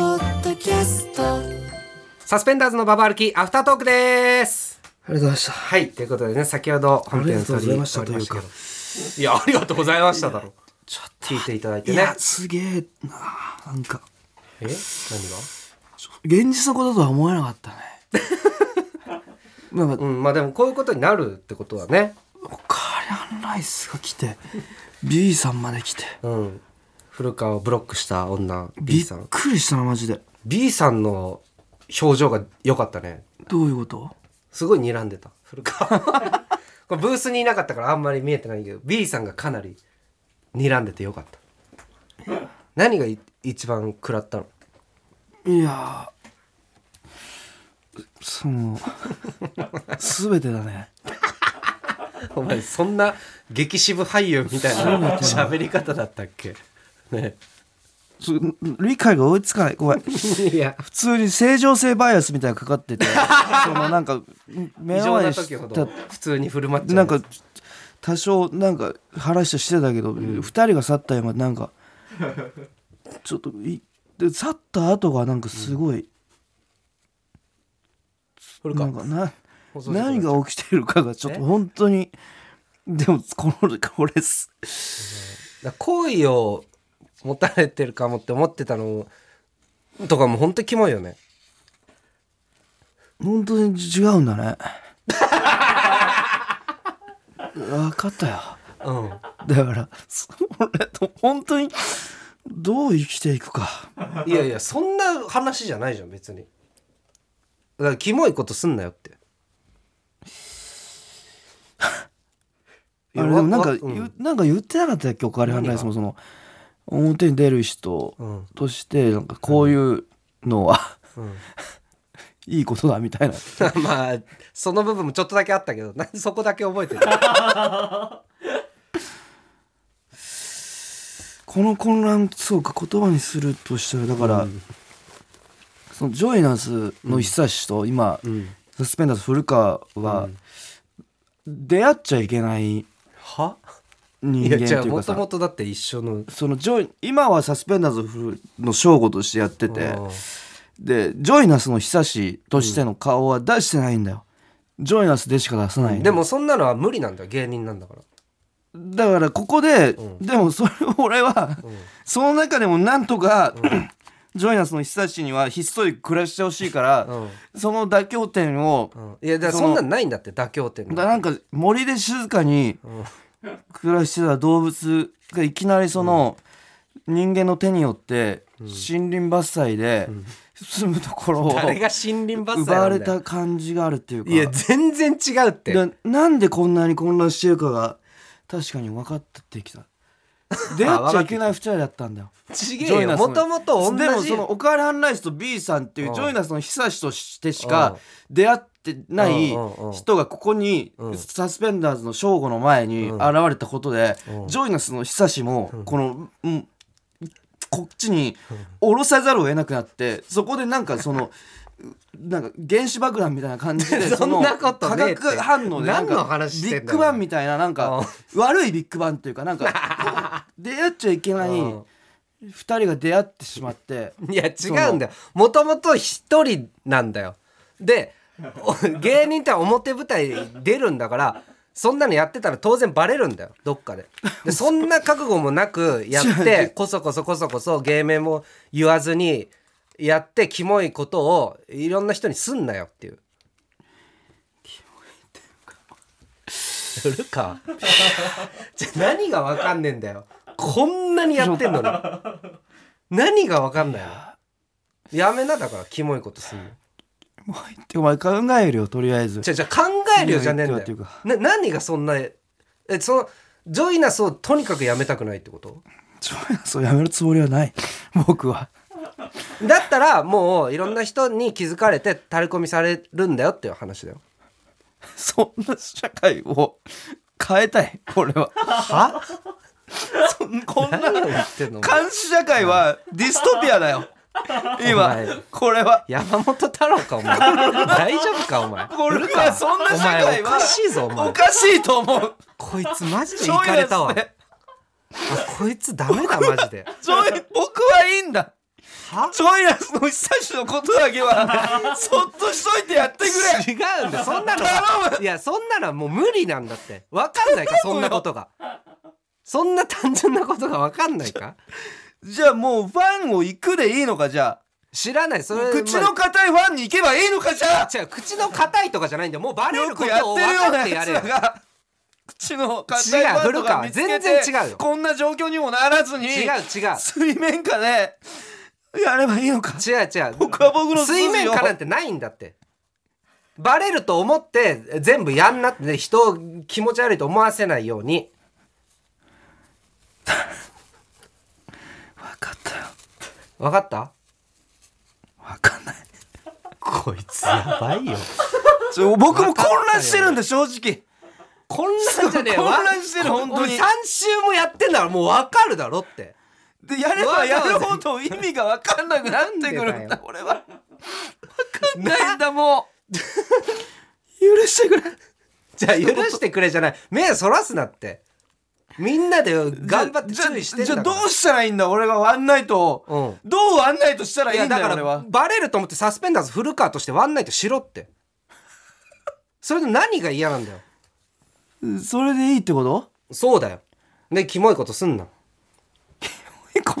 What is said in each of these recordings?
キャストサスペンダーズのババ歩きアフタートークですありがとうございました。はいということでね先ほど本編取り終わりましたありがとうございましたけどいやありがとうございましただろちょっと聞いていただいていねや、すげえな。なんか、え何が現実のこととは思えなかったね。まあまあ、こうんまあでもこういうことになるってことはねカレンライスが来て、B さんまで来て、うん古川をブロックした女 B びっさんくりしたな、マジで。 B さんの表情が良かったねどういうことすごい睨んでた 古川これブースにいなかったからあんまり見えてないけど B さんがかなり睨んでてよかった何がい一番食らったのいやー、その、すべてだね。お前そんな激渋俳優みたいな喋り方だったっけねそ理解が追いつかない。ごめん。いや普通に正常性バイアスみたいなのかかって て、そのなんか、異目の常前なにし時ほたど普通に振る舞っちゃうなんか多少なんか話したしてたけど、二人が去った今なんかちょっといで去った後がなんかすごい、古な川んかな放送事故何が起きてるかがちょっと本当にでもこのこれすだ好意を持たれてるかもって思ってたのとかも本当にキモいよね本当に違うんだ ね分かったようんだからそれと本当にどう生きていくかいやいやそんな話じゃないじゃん別にだからキモいことすんなよって あいやれでもなんか、わわ言うなんか言ってなかったっけおかわりハンライスもその表に出る人うんとしてなんかこういうのは、うんいいことだみたいな まあその部分もちょっとだけあったけどなんで そこだけ覚えてるこの混乱そうか言葉にするとしたらだから、そのジョイナスの久志と今、サスペンダーズ古川は、出会っちゃいけないは人い間やとじゃあいうもかさともとだって一緒のそのジョイ今はサスペンダーズ古の正吾としてやってて。でジョイナスの久しとしての顔は出してないんだよ、ジョイナスでしか出さない、でもそんなのは無理なんだよ芸人なんだからだからここで、でもそれを俺は、その中でもなんとか、ジョイナスの久しにはひっそり暮らしてほしいから、その妥協点を、うんいやだからそそのんなんないんだって妥協点だなんか森で静かに暮らしてた動物がいきなりその人間の手によって森林伐採で住むところを誰が森林伐採なんだよ奪われた感じがあるっていうかいや全然違うってでなんでこんなに混乱してるかが確かに分かって きた出会っちゃいけない2人だったんだよちジョげえイナよスのもともと同じでもそのおかわりハンライスと B さんっていうジョイナスの久しとしてしうんか出会ってないうんうんうん人がここにうんサスペンダーズの正吾の前にうん現れたことでうんジョイナスの久しもこの、うんこっちに降ろさざるを得なくなってそこでなんかその なんか原子爆弾みたいな感じで そんなことね化えって学反応でなんか何の話してんだよビッグバンみたいななんか悪いビッグバンっていうかなん か出会っちゃいけないうん2人が出会ってしまっていや違うんだよもともと一人なんだよで お芸人って表舞台出るんだからそんなのやってたら当然バレるんだよどっかででそんな覚悟もなくやっ 違う違てこそこそこそこそ芸名も言わずにやってキモいことをいろんな人にすんなよっていう。する かじゃあ何が分かんねえんだよこんなにやってんのに何が分かんないのやめなだからキモいことすんのもういってお前考えるよとりあえずじゃじゃ考えるよじゃねえんだいや言よってはってな何がそんなえそのジョイナスをとにかくやめたくないってことジョイナスをやめるつもりはない僕はだったらもういろんな人に気づかれて垂れ込みされるんだよっていう話だよそんな社会を変えたい俺ははそんこんな何を言ってんのお前監視社会はディストピアだよお今前これは山本太郎かお前大丈夫かお前これはそんなお社前会おはかしいぞお前おかしいと思うこいつマジでジいかョれイナたスわねあこいつダメだマジでジョイ僕はいいんだはジョイナスの久しのことだけはそっとしといてやって くれ違うんだよそんなの頼いやそんなのはもう無理なんだって分かんないかそんなことがそんな単純なことが分かんないかじゃあもうファンを行くでいいのかじゃあ知らないそれ口の硬いファンに行けばいいのかじゃあ違う口の硬いとかじゃないんだよもうバレるよこくやっとをてるよう分かなってややつれらよが口の硬いファンとか見つ違う古け川全然違うてよこんな状況にもならずに違う違う水面下でやればいいのか違う違う僕は僕の筋を水面下なんてないんだってバレると思って全部やんなってね人を気持ち悪いと思わせないように分かったよ分かった分かんないこいつやばいよちょ僕も混乱してるんだ正直混乱じゃねえそうわ混乱してる本当にお前3週もやってんだからもう分かるだろってでやればやるほど意味が分かんなくなってくるんなんでだだよ俺は分かんないんだもう許してくれじゃあ許してくれじゃない目そらすなってみんなで 頑張ってじゃ注意してんじゃだあかどらうしたらいいんだ俺がワンナイトを、うどうワンナイトしたらいいんだいやよだか俺らはバレると思ってサスペンダーズ古川としてワンナイトしろってそれの何が嫌なんだよそれでいいってことそうだよねキモいことすんな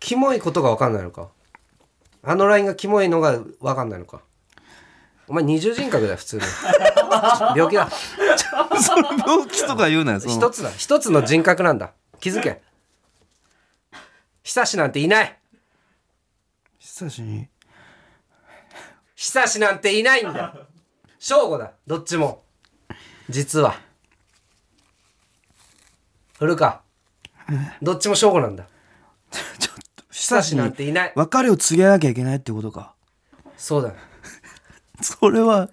キモいことが分かんないのかあのラインがキモいのが分かんないのかお前二重人格だよ普通に 病気だその病気とか言うなよその一つだ一つの人格なんだ気 づけ久しなんていない久しに久しなんていないんだよ正吾だどっちも実は古川どっちも正吾なんだちょっと久久ししなにんていない別れを告げなきゃいけないってことかそうだそれは、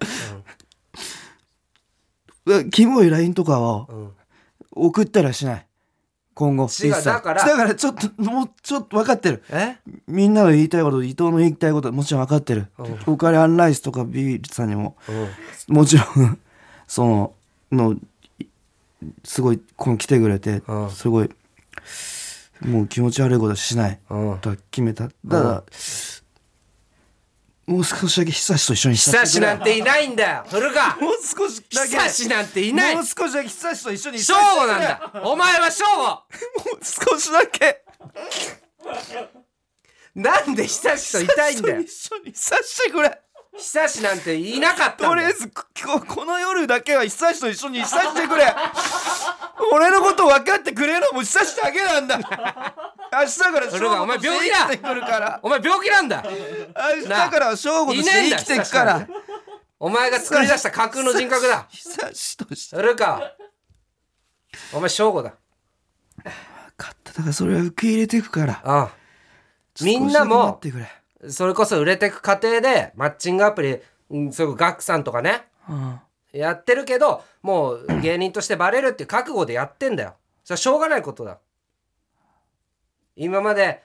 うわ キモい LINE とかはん送ったりはしない今後違う一切だからだからちょっともうちょっと分かってるえみんなの言いたいこと伊藤の言いたいことはもちろん分かってる、おかれアンライスとかビールさんにももちろん そののいすごいこの来てくれて、うんすごいもう気持ち悪いことはしない、うんとは決めたただ、もう少しだけ久しと一緒に久ししなんていないんだよ古川もう少しだけ久しなんていないもう少しだけ久しと一緒に正吾なんだお前は正吾もう少しだけなんで久しといたいんだ よ一緒に久してくれ久しなんていなかったとんりだあよえずこここの夜だけは久しと一緒に久して くれ俺のこと分かってくれるのも久しだけなんだ明日からそれがお前病気だ生きてくるからお前病気なんだ明日からは正吾として生きてくかいねえんだら よお前が作り出した架空の人格だ久しとして古川お前正吾だ分かっただからそれは受け入れていくからああみん少しなだけ待っもてくれそれこそ売れてく過程でマッチングアプリうんそれこそガクさんとかねうんやってるけどもう芸人としてバレるっていう覚悟でやってんだよそれはしょうがないことだ今まで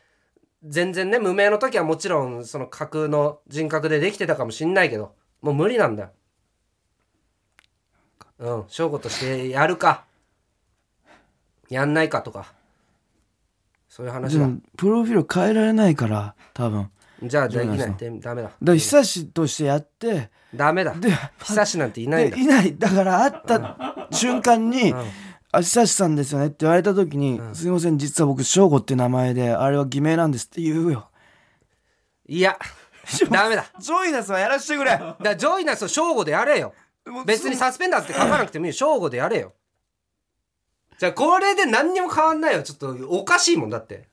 全然ね無名の時はもちろんその架空の人格でできてたかもしんないけどもう無理なんだようん証拠としてやるかやんないかとかそういう話でだもプロフィールを変えられないから多分だかじゃあできじゃなあいでダメだら久しとしてやってダメだで久しなんていないんだでいないだから会った瞬間にうん「あ久しさんですよね」って言われた時に「すいません実は僕翔吾っていう名前であれは偽名なんです」って言うよい やダメだジョイナスはやらしてくれだからジョイナスを正吾でやれよ別にサスペンダーズって書かなくてもいいよ正吾でやれよじゃあこれで何にも変わんないよちょっとおかしいもんだって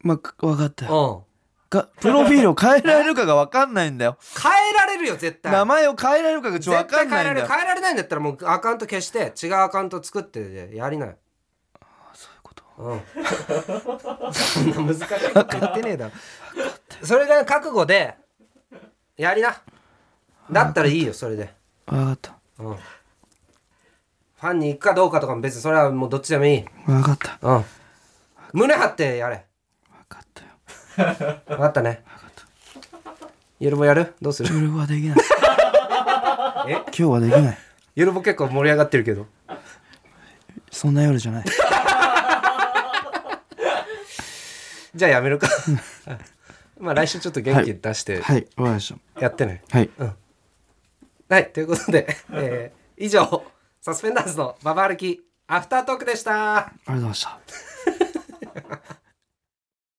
まあか分かったうんよかプロフィールを変えられるかが分かんないんだよ変えられるよ 絶対名前を変えられるかがちょっ絶と分か対んないん変えられだるよ変えられないんだったらもうアカウント消して違うアカウント作ってでやりなよそういうことうんそんな難しいこと言ってねえだろ それが覚悟でやりなだったらいいよそれで分かったうんファンに行くかどうかとかも別にそれはもうどっちでもいい分かったうん胸張ってやれ分かったよ分かったねゆるぼやるどう する夜はできないえ今日はできないゆるぼ結構盛り上がってるけどそんな夜じゃないじゃあやめるか まあ来週ちょっと元気出してはい、わかりましやってねた。はい。はいということで、えー以上サスペンダーズのババ歩きアフタートークでしたありがとうございました。